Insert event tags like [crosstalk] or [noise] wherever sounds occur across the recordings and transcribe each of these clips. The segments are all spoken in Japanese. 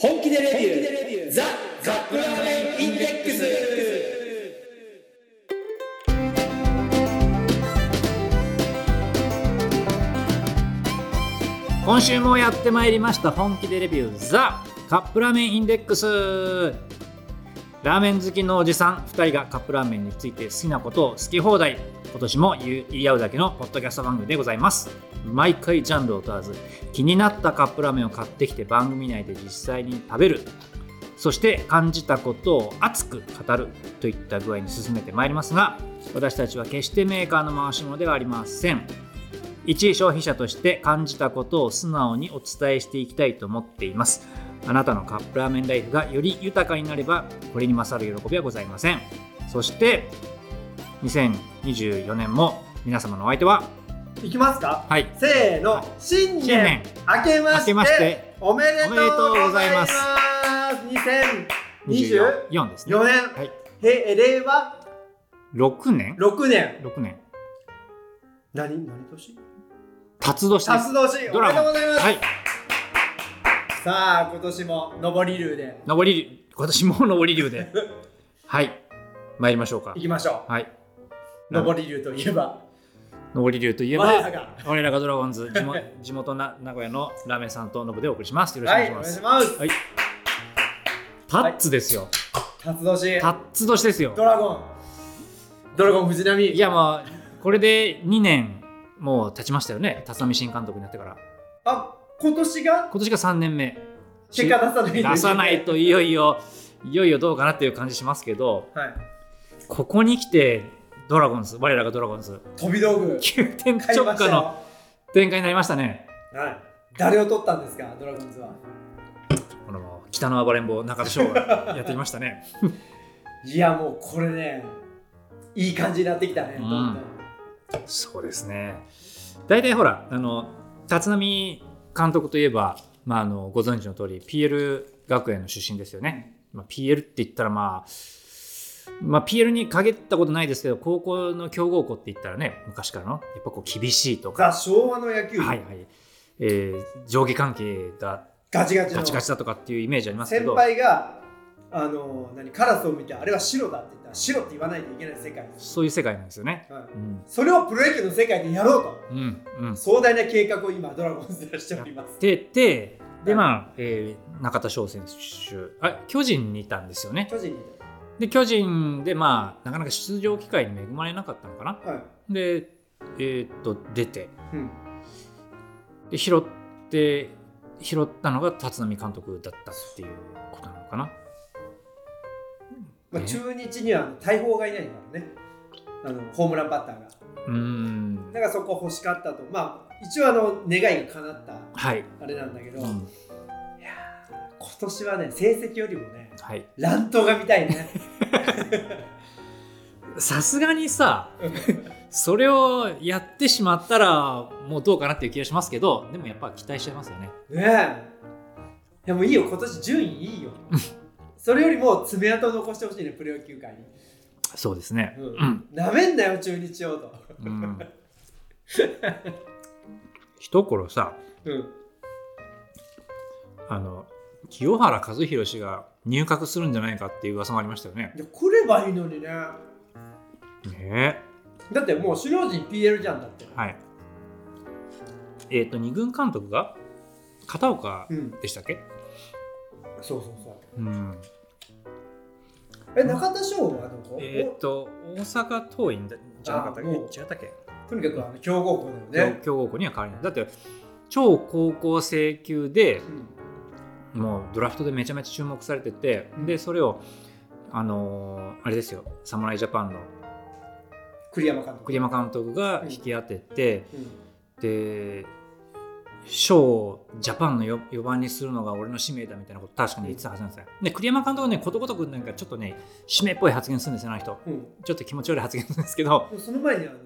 でレビューザ・カップラーメンインデックス今週もやってまいりました本気でレビューザカップラーメンインデックスラーメン好きのおじさん2人がカップラーメンについて好きなことを好き放題今年も言い合うだけのポッドキャスト番組でございます毎回ジャンルを問わず気になったカップラーメンを買ってきて番組内で実際に食べるそして感じたことを熱く語るといった具合に進めてまいりますが私たちは決してメーカーの回し物ではありません一消費者として感じたことを素直にお伝えしていきたいと思っていますあなたのカップラーメンライフがより豊かになればこれに勝る喜びはございませんそして2024年も皆様のお相手はいきますかはいせーの、はい新新年年明けま明しけてましておめでとおめでとううごござざいいまますす2024 24ですね年、はいへ令和6年6年6年何何年達度して辰年おドめラでとマうございます、はいさあ今年も上り流で上り流今年も上り [laughs] 流ではい参りましょうかいきましょはいう上り流といえば上り流といえば我らが我らがドラゴンズ地元地元な名古屋のラーメンさんとノブでお送りしますよろしくおは願いいしお願まいしす、ますタッツですよ、辰年タッツ年ですよドラゴンドラゴン藤波いやまあこれで2年もう経ちましたよね立浪新監督になってからあ今年が今年が3年目結果出さないと出さないといよいよいよいよどうかなっていう感じしますけどはいここに来てドラゴンズ我らがドラゴンズ飛び道具急転買い直ました下よの展開になりましたねはい誰を取ったんですかドラゴンズはこの北の暴れん坊中田翔がやってきましたねいやもうこれねいい感じになってきたね、うんどんどんそうですね大体ほらあの立浪監督といえば、まあ、あのご存知の通り PL 学園の出身ですよね、まあ、PL って言ったらまあまあ、PL に限ったことないですけど高校の強豪校って言ったらね昔からのやっぱこう厳しいとか、ザ昭和の野球、はいはいえー上下関係がガチガチのガチガチだとかっていうイメージありますけ先ど輩があの何カラスを見てあれは白だって言ったら白って言わないといけない世界です、そういう世界なんですよね。はい、うんそれをプロ野球の世界でやろうとうんうん、壮大な計画を今ドラゴンズでしておりやまっすててでまあ、えー中田翔選手あ巨人にいたんですよね巨人にで巨人でまあなかなか出場機会に恵まれなかったのかなはい、でえーっと出てうん、で拾って拾ったのが立浪監督だったっていうことなのかなまあ、ね中日にはあの大砲がいないからねあのホームランバッターがうーんだからそこ欲しかったとまあ一応あの願いが叶ったはい、あれなんだけど、うん今年はね成績よりもねはい乱闘が見たい [laughs] ねさすがに [laughs] さそれをやってしまったらもうどうかなっていう気がしますけどでもやっぱ期待しちゃいますよねねえいやもういいよ今年順位いいよそれよりも爪痕を残してほしいねプロ野球界そうですねにな、舐めんなよ中日をと、うん、 [laughs] うん、一頃さうん、あの清原和博氏が入閣するんじゃないかっていう噂もありましたよね。で来ればいいのにねねだってもう首脳陣 PL じゃんだってえはい。えっ、と二軍監督が片岡うんでしたっけ？そうそうそううん。え中田翔はどこ、えっ、と大阪桐蔭だじゃなかったっけ？あ違もうったっけ？おとにかくあの強豪校だよ強ね、強豪校には変わりない。だって超高校生級でうんもうドラフトでめちゃめちゃ注目されてて、でそれをあのーあれですよ侍ジャパンの栗山監督、栗山監督が引き当てて。うんで賞をジャパンのよ4番にするのが俺の使命だみたいなこと確かに言ってたはずなんですよ。で栗山監督はねことごとくなんかちょっとね使命っぽい発言するんですよねあの人うん、ちょっと気持ち悪い発言するんですけど [laughs] でもその前にあの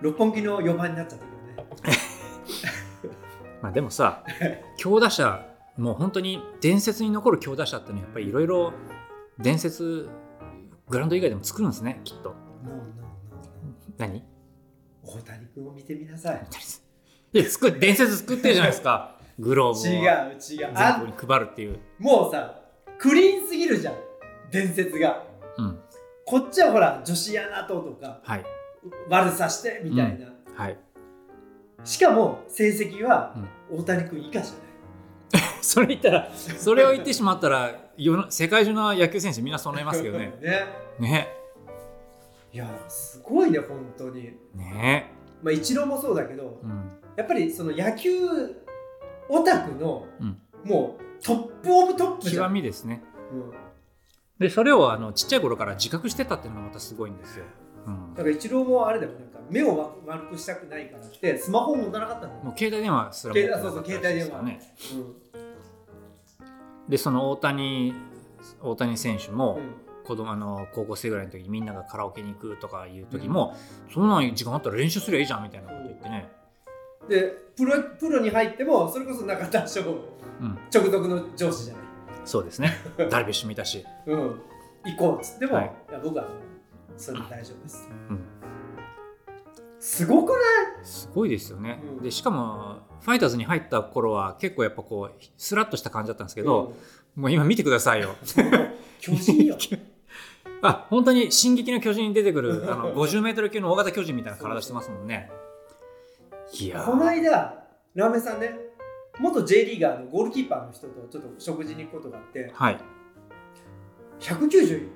六本木の4番になっちゃったけどねまあでも [laughs] さ強打者もう本当に伝説に残る強打者ってのはやっぱりいろいろ伝説グラウンド以外でも作るんですねきっと。 No, no, no. 何大谷君を見てみなさいいや作伝説作ってるじゃないですかグローブを違う違う全あ国に配るっていう、もうさクリーンすぎるじゃん伝説がうん、こっちはほら女子アナととかはい悪さしてみたいな、はいしかも成績は大谷君以下じゃない、それ言ったらそれを言ってしまったら世の世界中の野球選手みんなそうなりますけ [laughs] どね [laughs] ねねいやすごいね本当にねまあ一郎もそうだけどうんやっぱりその野球オタクの、うんもうトップオブトップじゃ極ん、みですねうんでそれをあのちっちゃい頃から自覚してたっていうのがまたすごいんですよ、うんだから一郎もあれだよなんか目を悪くしたくないからってスマホも持たなかったんだよ、もう携帯電話すら持ってなかったらしいですからねでその大谷大谷選手うもんうん子供あの高校生ぐらいの時にみんながカラオケに行くとかいう時も、そんなん時間あったら練習すりゃいいじゃんみたいなこと言ってね、でプロプロに入ってもそれこそ中田翔うん、直属の上司じゃない、そうです [laughs] ねダルビッシュ見たし、うん、行こうっつっても、はいい、や僕はそれで大丈夫です、うん、すごくないすごいですよね、うんでしかもファイターズに入った頃は結構やっぱこうスラッとした感じだったんですけど、もう今見てくださいよ [laughs] うん、巨人よあ本当に「進撃の巨人」に出てくるあの 50m 級の大型巨人みたいな体してますもんねいやーこの間ラーメンさんね元 J リーガーのゴールキーパーの人とちょっと食事に行くことがあってはい、 190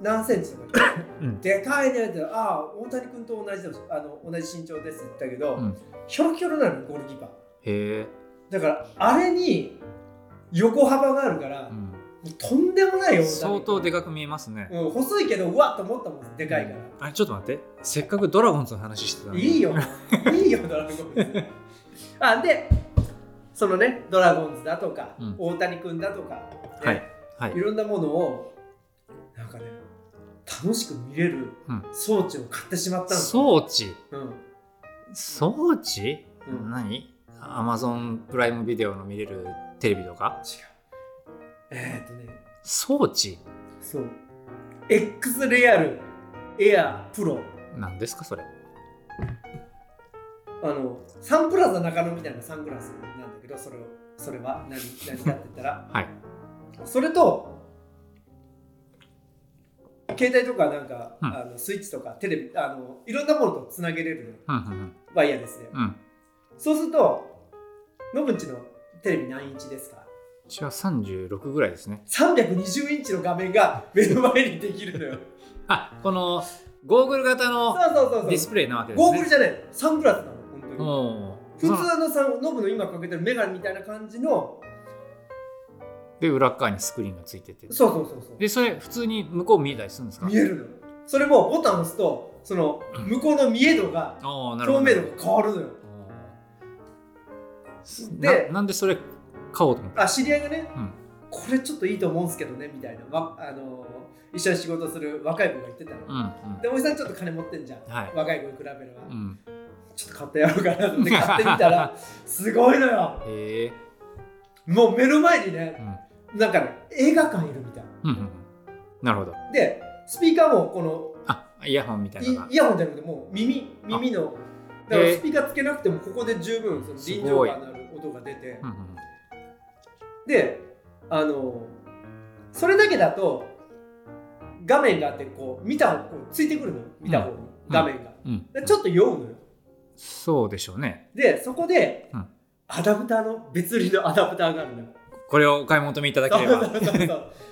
何センチとか言ってうん、でかいねって、ああ、大谷君と同じだあの同じ身長ですって言ったけど、うんひょろひょろなの、ゴールキーパー。へえ、だから、あれに横幅があるから、うもん、うとんでもないよ、相当でかかく見えますね、うん、細いけど、うわっと思ったもん、でかいから。あれちょっと待ってせっかくドラゴンズの話してたのにいいよ、いいよ、ドラ [laughs] ゴンズ。あで、そのね、ドラゴンズだとか、うん大谷君だとか、ねはいはいいろんなものを、なんかね、楽しく見れるうん装置を買ってしまったの。装置うん装置、うん何アマゾンプライムビデオの見れるテレビとか違うえー、っとね装置そう X レアルエアプロなんですかそれあのサンプラザ中野みたいなサングラスなんだけどそれをそれは何何かって言ったら [laughs] はいそれと携帯とかなんか、うんあのスイッチとかテレビあのいろんなものとつなげれるうんうんワイヤーですね、うんうんそうするとノブんちのテレビ何インチですかうちは36ぐらいですね320インチの画面が目の前にできるの [laughs] よあこのゴーグル型そうのそうそうそうディスプレイなわけですねゴーグルじゃないサングラスなの本当にも普う通のさノブの今かけてるメガネみたいな感じので裏っ側にスクリーンがついててそうそうそうそうでそれ普通に向こう見えたりするんですか見えるのよそれもボタンを押すとその向こうの見え度がああなるほ透ど明度が変わるのよななんでそれ買おうと思ったあ知り合いがね、うんこれちょっといいと思うんすけどねみたいなわあのー一緒に仕事する若い子が言ってたの、うんうんでおじさんちょっと金持ってんじゃんはい若い子に比べれば、うんちょっと買ってやろうかなと思って買 [laughs] ってみたらすごいのよへえもう目の前にねうんなんかね映画館いるみたいうんうんうんなるほどなでスピーカーもこのあイヤホンみたいなのがいイヤホンじゃなくてもう耳耳のだからスピーカーつけなくてもここで十分その臨場感のある音が出てうんうんであのそれだけだと画面があってこう見た方こうついてくるのよ見た方に、画面が、うんでちょっと酔うのよそうでしょうねでそこで、うんアダプターの別売りのアダプターがあるのよこれをお買い求めいただけそうれそ [laughs] ばうそうそう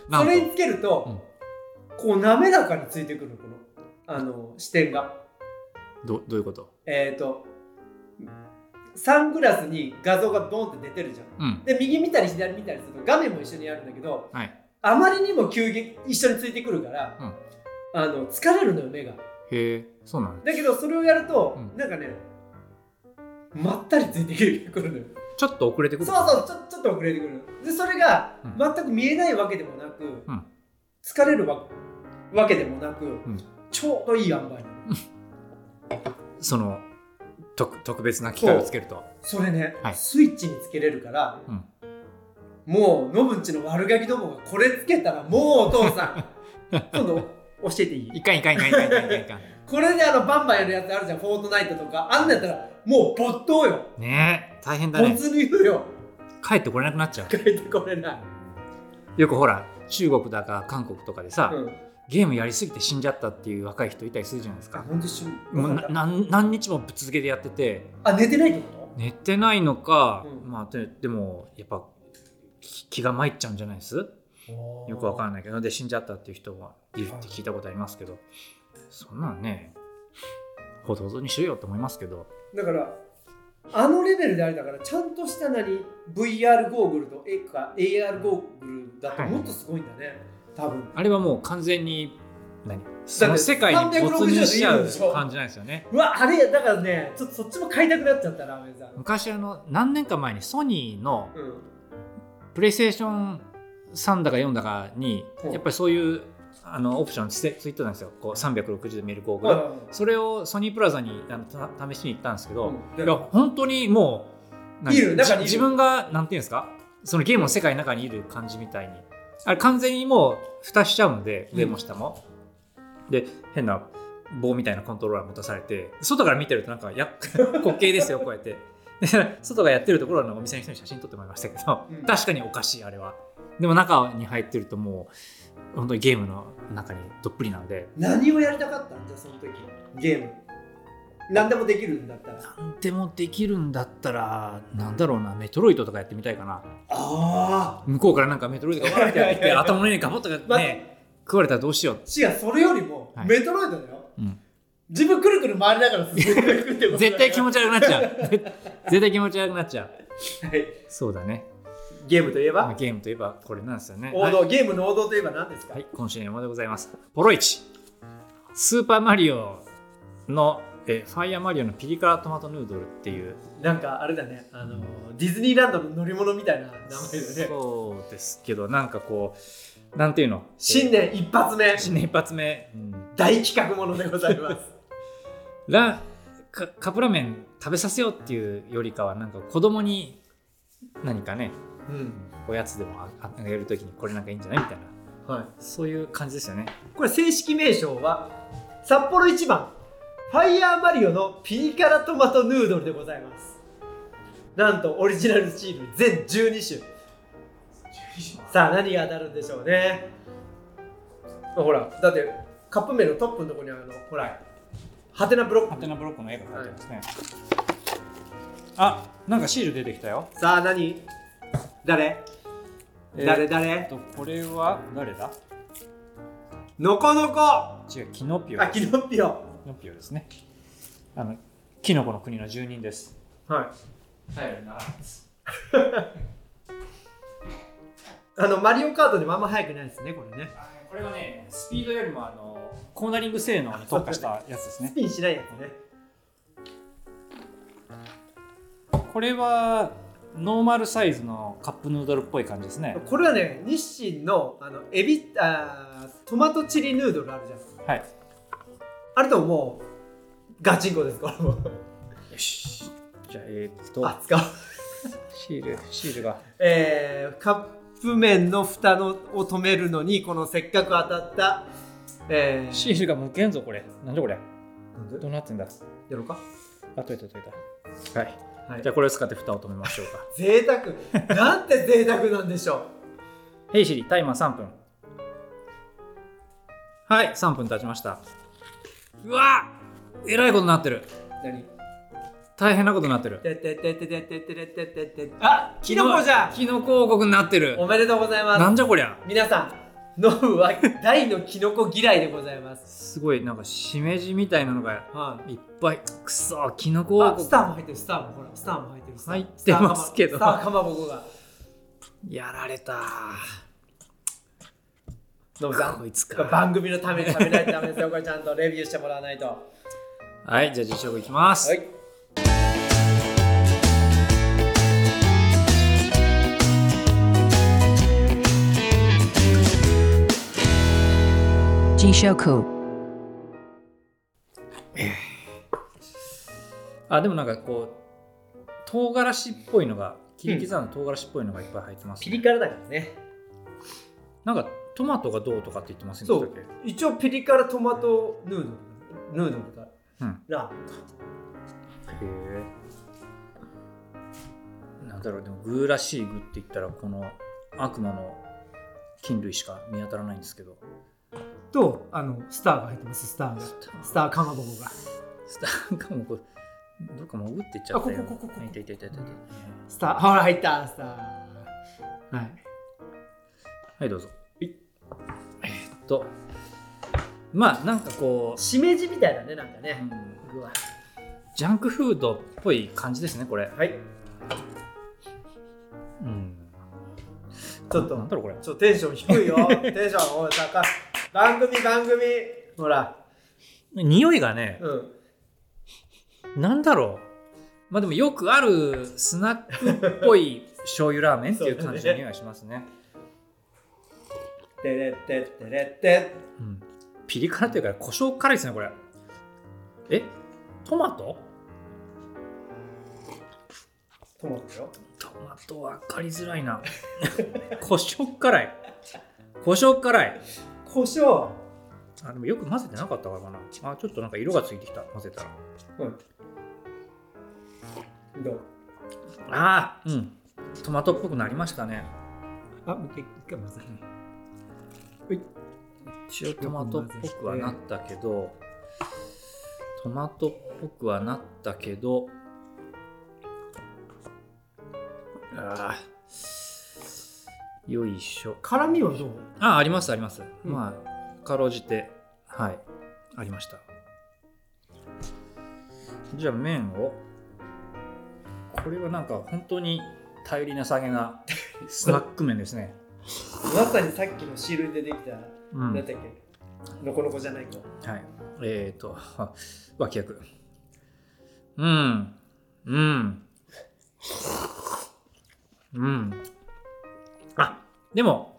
なそんとれにつけると、こう滑らかについてくるのこのあの視点が。どどういうことえっ、とサングラスに画像がドンって出てるじゃんうんで右見たり左見たりすると画面も一緒にあるんだけど、はいあまりにも急激一緒についてくるから、うんあの疲れるのよ目がへえそうなのだけどそれをやると、うんなんかねまったりついてくるのよちょっと遅れてくそうるそうちょちょっと遅れてくるのでそれがうん全く見えないわけでもなく、ん疲れるわわけでもなく、んちょうどいい塩梅なのその特特別な機械をつけるとそれね、はいスイッチにつけれるから、うんもうノブんちの悪ガキどもがこれつけたらもうお父 [laughs] さん今度教えていいいかんいかんいかんいかんいかんいかんいかんこれであのバンバンやるやつあるじゃんフォートナイトとかあんなんやったらもう没頭よねえ大変だ没ね入よ帰ってこれなくなっちゃう帰ってこれない、 [laughs] よくほら中国だか韓国とかでさ、うん、ゲームやりすぎて死んじゃったっていう若い人いたりするじゃないですあか、本当一緒もうな何何日もぶっ続けてやっててあ寝てないってこ寝てないのか、うんまあででもやっぱき気が参っちゃうんじゃないですとよくわかないんないけどで死んじゃったっていう人がいるって聞いたことありますけどそんなんねほどほどにしろよと思いますけどだからあのレベルであれだからちゃんとしたなに VR ゴーグルとえか AR ゴーグルだともっとすごいんだね、多分あれはもう完全に何その世界に360没入しちゃ度いるうでしょ感じなんですよねうわあれだからねちょっとそっちも買いたくなっちゃったラーメンさん、昔あの何年か前にソニーのうん、プレイステーション3だか4だかにうんやっぱりそういうあのオプションついついてたんですよこう360度見えるゴーグル、はそれをソニープラザにあのた試しに行ったんですけど、いいや本当にもう何いる中にいるじ自分がなんていうんですかそのゲームの世界の中にいる感じみたいにあれ完全にもう蓋しちゃうんでうん上も下も、で変な棒みたいなコントローラー持たされて外から見てるとなんかや [laughs] 滑稽ですよこうやってで外がやってるところのお店の人に写真撮ってもらいましたけど、うん確かにおかしいあれはでも中に入ってるともう本当にゲームの中にどっぷりなんで何をやりたかったんじゃあその時ゲーム何でもできるんだったらなんでもできるんだったらなんだろうなメトロイドとかやってみたいかなああ向こうからなんかメトロイドがわーってやっていやいやきいてや頭の上にガボッとまね食われたらどうしよう違うそれよりも、はいメトロイドだよ、うん自分くるくる回りながら進んでいくってことだよ絶対気持ち悪くなっちゃう [laughs] 絶対気持ち悪くなっちゃうはいそうだねゲームといえば、ゲームといえばこれなんですよねは王い、道、ゲームの王道といえば何ですか、はい今週の山でございますポロイチスーパーマリオのえファイアマリオのピリ辛トマトヌードルっていうなんかあれだねあのディズニーランドの乗り物みたいな名前だねそうですけどなんかこうなんていうの新え年一発目ー新年一発目、うん大企画ものでございます [laughs] ラカカップラーメン食べさせようっていうよりかはなんか子供に何かねうんおやつでもああげるときにこれなんかいいんじゃないみたいなはいそういう感じですよねこれ正式名称は札幌一番ファイヤーマリオのピリ辛トマトヌードルでございますなんとオリジナルチーム全12種さあ何が当たるんでしょうねほらだってカップ麺のトップのところにあのほらハテナブロッハクテナブロックの絵が描いてますね、あなんかシール出てきたよさあ何誰誰えっ誰とこれは誰だのこのこあ違うキノピオですキノピオキノピオですねあのキノコの国の住人ですはい頼りならんですあのマリオカートでもあんま速くないですねこれねこれはねスピードよりもあのコーナリング性能に特化したやつですねスピンしないやつねこれはノーマルサイズのカップヌードルっぽい感じですね。これはね日清のあのエビあートマトチリヌードルあるじゃんはい。あれとももうガチンコですこれもよし。じゃあえーっとあ使うシールシールがえー、カップ麺の蓋のを止めるのにこのせっかく当たったえー、シールがむけんぞこれ。なんでこれ。なんでどうなってんだ。やろうかあといたといた。はい。はいじゃあこれを使って蓋を止めましょうか。贅沢なんて贅沢なんでしょヘイシリタイマー3分。はい3分経ちました。うわえらいことになってる。う何大変なことになってる。てってってってってってってってってってあキノコじゃキノコ王国になってるお。めでとうございますなんじゃこりゃ。皆さんノブは大のキノコ嫌いでございますすごいなんかしめじみたいなのがはいいっぱいくそキノコ王あ国スターも入ってるスターもほらスターも入ってるスター入ってますけどスターかまぼこがやられたノブさんこいつか番組のために食べないとダメですよこれちゃんとレビューしてもらわないとははいじゃあ実食いきます、いジショクあでもなんかこう唐辛子っぽいのが切り刻んだ唐辛子っぽいのがいっぱい入ってます、ピねリ辛だからねなんかトマトがどうとかって言ってませんでそしたっうけ一応ピリ辛トマトヌードルヌードルかうんラへえなんだろうでもグーらしいグーって言ったらこの悪魔の菌類しか見当たらないんですけどとあのスターが入ってますスターがスターかまぼこがスターかもこれどっか潜ってっちゃったよあここここここいたいたいたいたいたスターほら入ったスターはいはいどうぞえっとまあなんかこうしめじみたいなねなんかね、うわジャンクフードっぽい感じですねこれはいうんちょっとなんだろうこれちょっとテンション低 [laughs] いよテンションおい高い番組番組ほら匂いがねうんなんだろうまあでもよくあるスナックっぽい醤油ラーメンっていう感じの匂いがしますねてれってってれって [laughs] うん、ピリ辛というか胡椒辛いですねこれえトマトトマトよトマト分かりづらい [laughs] な胡椒辛い胡椒辛い胡椒あでもよく混ぜてなかったからかなあちょっとなんか色がついてきた混ぜたらうんどうあーうんトマトっぽくなりましたねあもう一回一回混ぜ一応トマトっぽくはなったけどトマトっぽくはなったけどあーよいしょ辛みはどうあありますあります、うんまあかろうじてはいありましたじゃあ麺をこれはなんか本当に頼りなさげなスナック麺ですね、まさにさっきの汁でできた、うん、なんだはっいけのこのこじゃないかえっ、ー、と [laughs] あ脇役うんうんうんあでも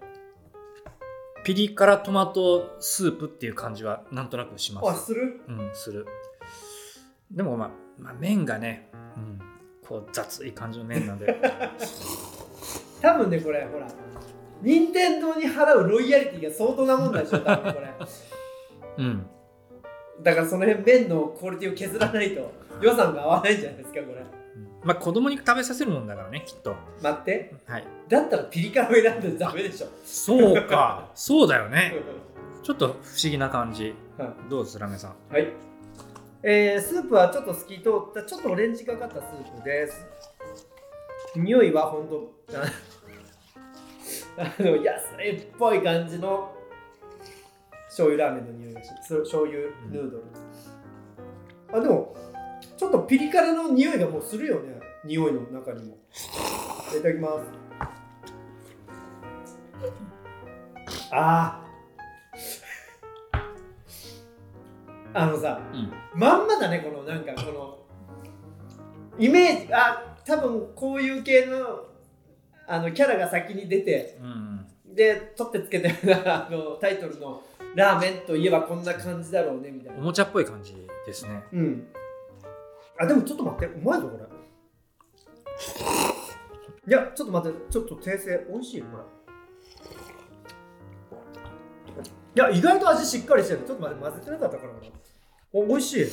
ピリ辛トマトスープっていう感じはなんとなくしますあするうん、する。でも、まあ、まあ、麺がね、うん、こう雑い感じの麺なんで。多分ねこれほら任天堂に払うロイヤリティが相当なもんだでしょ多分これ [laughs] うん、だからその辺麺のクオリティを削らないと予算が合わないんじゃないですかこれまあ、子供に食べさせるもんだからね、きっと。待ってはい。だったらピリ辛を選んでダメでしょ、そうか、 [laughs] そうだよね。うちょっと不思議な感じ。んはいどうです、ラメさん。はい。えースープはちょっと透き通った、ちょっとオレンジがかったスープです。匂いはほんと、ああの、安いっぽい感じの醤油ラーメンの匂いがします。そ醤油ヌードル。あ、でも、ちょっとピリ辛の匂いがもうするよね。匂いの中にも。いただきます。ああ。あのさ、うん、まんまだねこのなんかこのイメージあ多分こういう系のあのキャラが先に出てうん、で取ってつけたようなあのタイトルの「ラーメンといえばこんな感じだろうね」みたいおなもちゃっぽい感じですね。うんあでもちょっと待ってうまいぞこれいやちょっと待ってちょっと訂正美味しいよこれいや意外と味しっかりしてるちょっと待って混ぜてなかったからかなお美味しい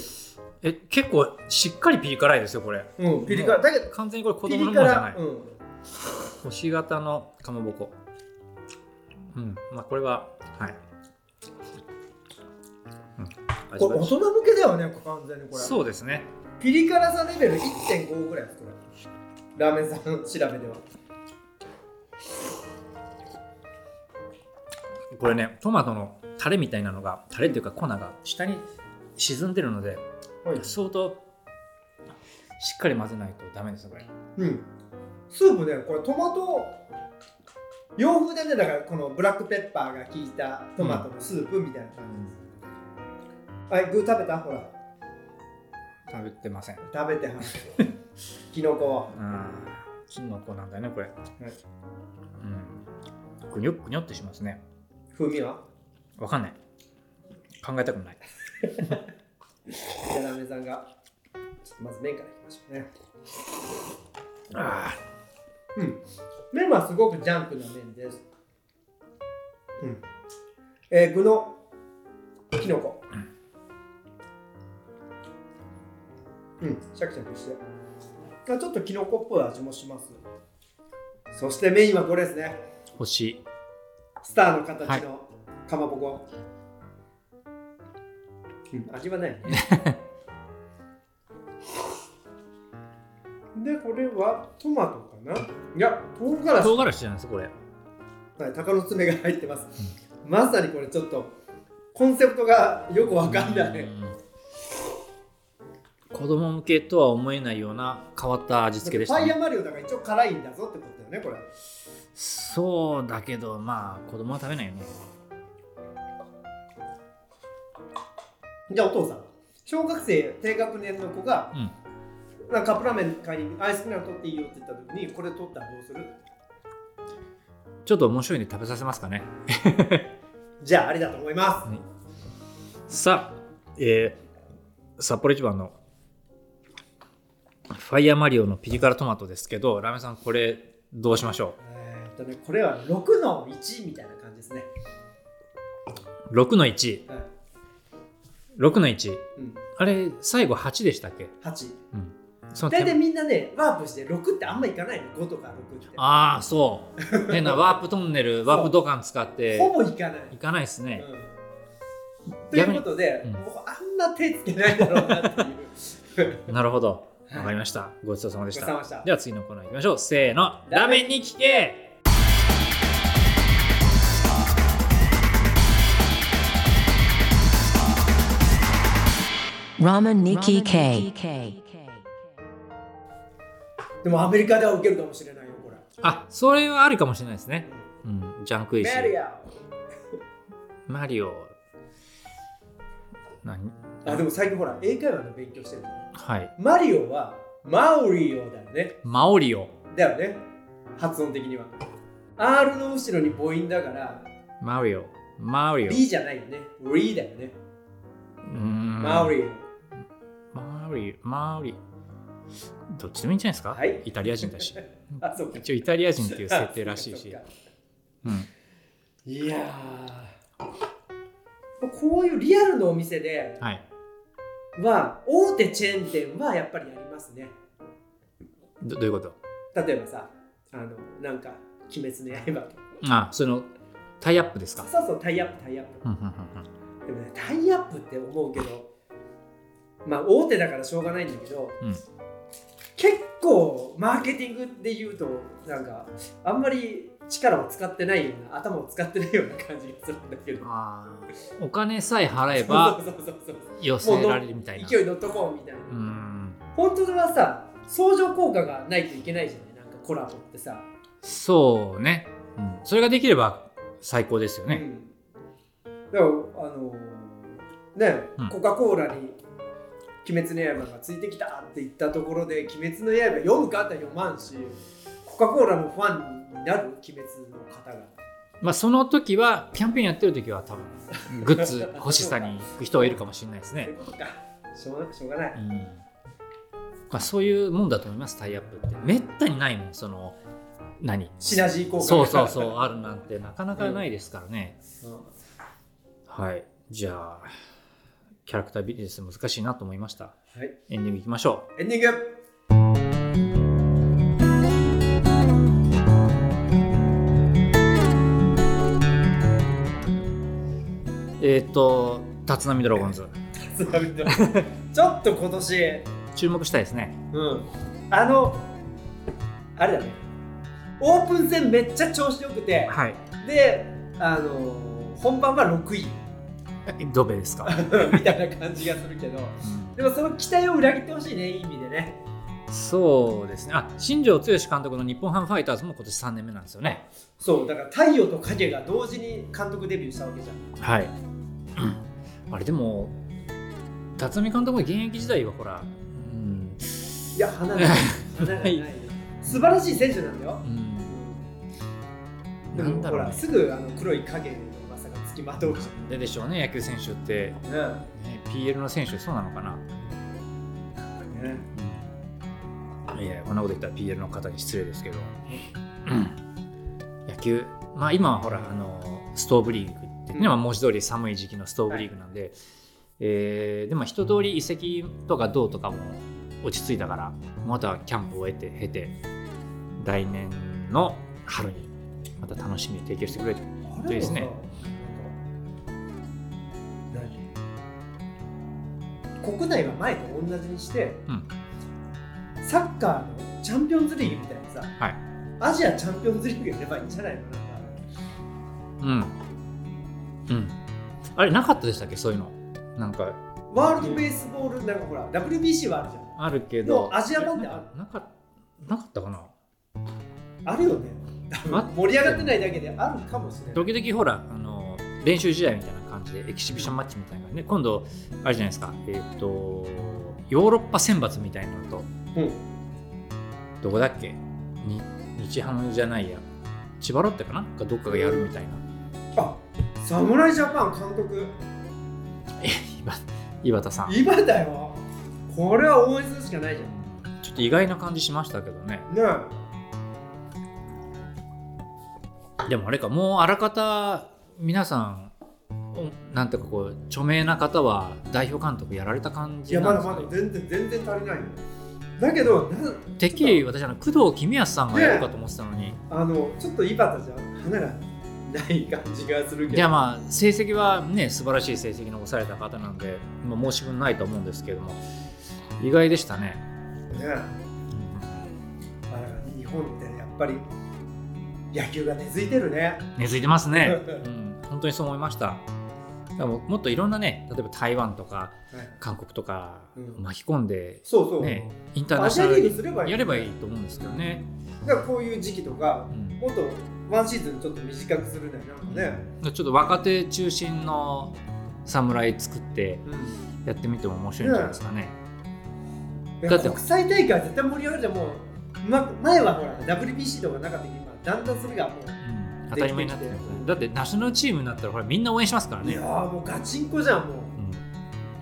え、結構しっかりピリ辛いですよ、これ。うんピリ辛だけど完全にこれ子ピ供リ辛のものじゃない。うん、星型のかまぼこ。うん、まあ、これは、はい。うん、味こわれい大人向けだよね完全にこれそうですね。ピリ辛さレベル1.5ぐらいですこれラーメンさんの調べではこれね、トマトのタレみたいなのが、タレっていうか粉が下に沈んでるので、はい相当しっかり混ぜないとダメですね、これ。うんスープねこれトマト洋風でねだからこのブラックペッパーが効いたトマトのスープみたいな感じ、はい具食べたほら食べてません。食べて [laughs] はんキノコうん、キノコなんだよね、これ。いうん。ぐにょっぐにょってしますね。風味はわかんない。考えたくもない。じゃあラーメンさんがちょっとまず麺からいきましょうねあうん、麺はすごくジャンクな麺です。うん、えー具のきのこ。うん、シャキシャキして。あちょっときのこっぽい味もします。そしてメインはこれですね星スターの形はいのかまぼこ、うん、味はない [laughs] ねでこれはトマトかないや唐辛唐子辛子じゃないですかこれはい鷹の爪が入ってます、まさにこれちょっとコンセプトがよくわかんない、うん子供向けとは思えないような変わった味付けでしフた、ァイヤね、ーマリオだから一応辛いんだぞってことだよねこれそうだけどまあ子供は食べないよねじゃあお父さん小学生低学年の子が、なんかカップラーメン買いにアイスクリーム取っていいよって言った時にこれ取ったらどうするちょっと面白いんで食べさせますかねじゃあありだと思いますさあ、えー札幌一番のファイヤーマリオのピリ辛トマトですけどラーメンさんこれどうしましょえーっとねこれは6の1みたいな感じですね、う6の16はいの1うん、あれ最後8でしたっけ8その手大体みんなねワープして6ってあんまいかないの5とか6ってああそう変なワープトンネルワープ土管使ってほぼいかない、いかないですねうんということで、逆にうんもうあんな手つけないだろうなっていうなるほどはいわかりましたごちそうさまでしごちそうさまたでしたでは次のコーナーいきましょうせーのラーメンに聞けラーメンニ Nikki キ K K. でもアメリカではウケるかもしれないよこれあそれはあるかもしれないですねうんジャンクイシメリアマリオ何あでも最近ほら英会話の勉強してるじゃんはいマリオはマオリオだよねマオリオだよね発音的には R の後ろに母音だからマリオマリオ B じゃないよねリだよねママオリオマリオマリオどっちでもいいんじゃないですか、はいイタリア人だしあそうか一応イタリア人っていう設定らしい [laughs] しそっかそっかうんいやーこういうリアルのお店ではいは大手チェーン店はやっぱりありますねどどういうこと例えばさあのなんか鬼滅の刃とあそのタイアップですかかそうそうタイアップタイアップうんうんうんうんでもねタイアップって思うけどまあ大手だからしょうがないんだけど、うん結構マーケティングで言うとなんかあんまり力を使ってないような頭を使ってないような感じがするんだけどあーお金さえ払え [laughs] ばそうそうそう寄そうせもうらのれるみたいな勢い乗っとこうみたいな、うん本当はさ相乗効果がないといけないじゃないなんかコラボってさ、そうね、うん、それができれば最高ですよね、うん、だからあのーね、うんコカ・コーラに「鬼滅の刃」がついてきたって言ったところで「鬼滅の刃」読むかって読まんしコカ・コーラのファンになる鬼滅の方がまあ、その時はキャンペーンやってる時は多分グッズ欲しさに行く人はいるかもしれないですそういねう、ことかしょうがしょうがないうんまあ、そういうもんだと思いますタイアップってめったにないもんその何シナジー効果そうそう [laughs] そうあるなんてなかなかないですからね、 [laughs] うんはいじゃあキャラクタービジネス難しいなと思いましたはいエンディングいきましょうエンディング [laughs] えっ、と立浪ドラゴンズ津波のちょっと今年注目したいですねうんあのあれだねオープン戦めっちゃ調子よくてはいであのー本番は6位 [laughs] ドベ [laughs] ですか、みたいな感じがするけどうんでもその期待を裏切ってほしいねいい意味でねそうですねあ新庄剛志監督の日本ハムファイターズも今年3年目なんですよねそうだから太陽と影が同時に監督デビューしたわけじゃんはい、あれでも辰巳監督は現役時代はほら、うんいや花が [laughs] ない花がないよ素晴らしい選手なんだようんでなんもだほろうらねすぐあの黒い影の噂がつきまとうじなんででしょうね野球選手って、ゃんねね、PL の選手そうなのかねないやこんなこと言ったら PL の方に失礼ですけど、野球まあ今はほらあのストーブリーグってね、うんまあ文字通り寒い時期のストーブリーグなんで、えーでも一通り移籍とかどうとかも落ち着いたからまたキャンプを得て経て来年年の春にまた楽しみに提供してくれてあでれすねなんか何国内は前と同じにして、うんサッカーのチャンピオンズリーグみたいなさ、はいアジアチャンピオンズリーグやればいいんじゃないのなんかうんうんあれなかったでしたっけそういうのなんかワールドベースボールなんかほら WBC はあるじゃあるけどのアジア版ってあなかなかったかなんあるよねあ盛り上がってないだけであるかもしれない時々ほらあの練習試合みたいな感じでエキシビションマッチみたいなのがね今度あれじゃないですかえっ、とヨーロッパ選抜みたいなのと、うんどこだっけに日ハムじゃないや千葉ロッテかなかどっかがやるみたいなあ侍ジャパン監督井端さん今だよこれは応援するしかないじゃんちょっと意外な感じしましたけどねねでもあれかもうあらかた皆さんおなんていうかこう著名な方は代表監督やられた感いじやまなだんですかまだ全然全然足りないよだけどなてっきり私あの工藤公康さんがやるかと思ってたのに、あのちょっと井端じゃ花がない感じがするけじゃあどまあ成績はね素晴らしい成績残された方なんで、まあ、申し分ないと思うんですけれども意外でしたね、ねあだから日本ってやっぱり野球が根付いてるね根付いてます [laughs] ね、うん、本当にそう思いましただからもうもっといろんなね例えば台湾とか韓国とかうん巻き込んで、そうそう、ねインターアナシジョアナリールグすればいいやればいいと思うんですけどね、だからこういう時期とかうんもっとワンシーズンちょっと短くするなりなんかね、ちょっと若手中心の侍作ってやってみても面白いんじゃないですかね。いやだって国際大会は絶対盛り上がるじゃんもう、ま、前はほら WBC とかなかったけど今だんだんそれがもううん当たり前になってるだってナショナルチームになったらほらみんな応援しますからいねや、ーもうガチンコじゃんも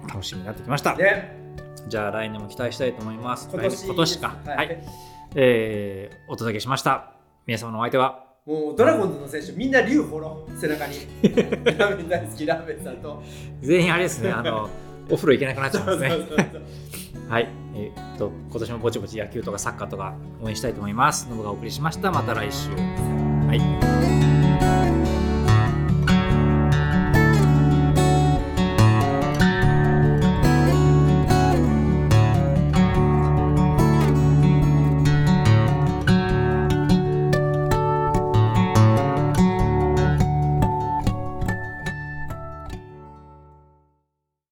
うん楽しみになってきましたうねじゃあ来年も期待したいと思います今年来今年かははいい、えーお届けしました皆様のお相手はもうドラゴンズの選手みんな竜ほろ背 [laughs] 中にラーメン大好きラーメンさんと全員あれで [laughs] すねあのお風呂行けなくなっちゃうんでそすねうそうそうはいえーっと今年もぼちぼち野球とかサッカーとか応援したいと思いますノブがお送りしましたまた来週はい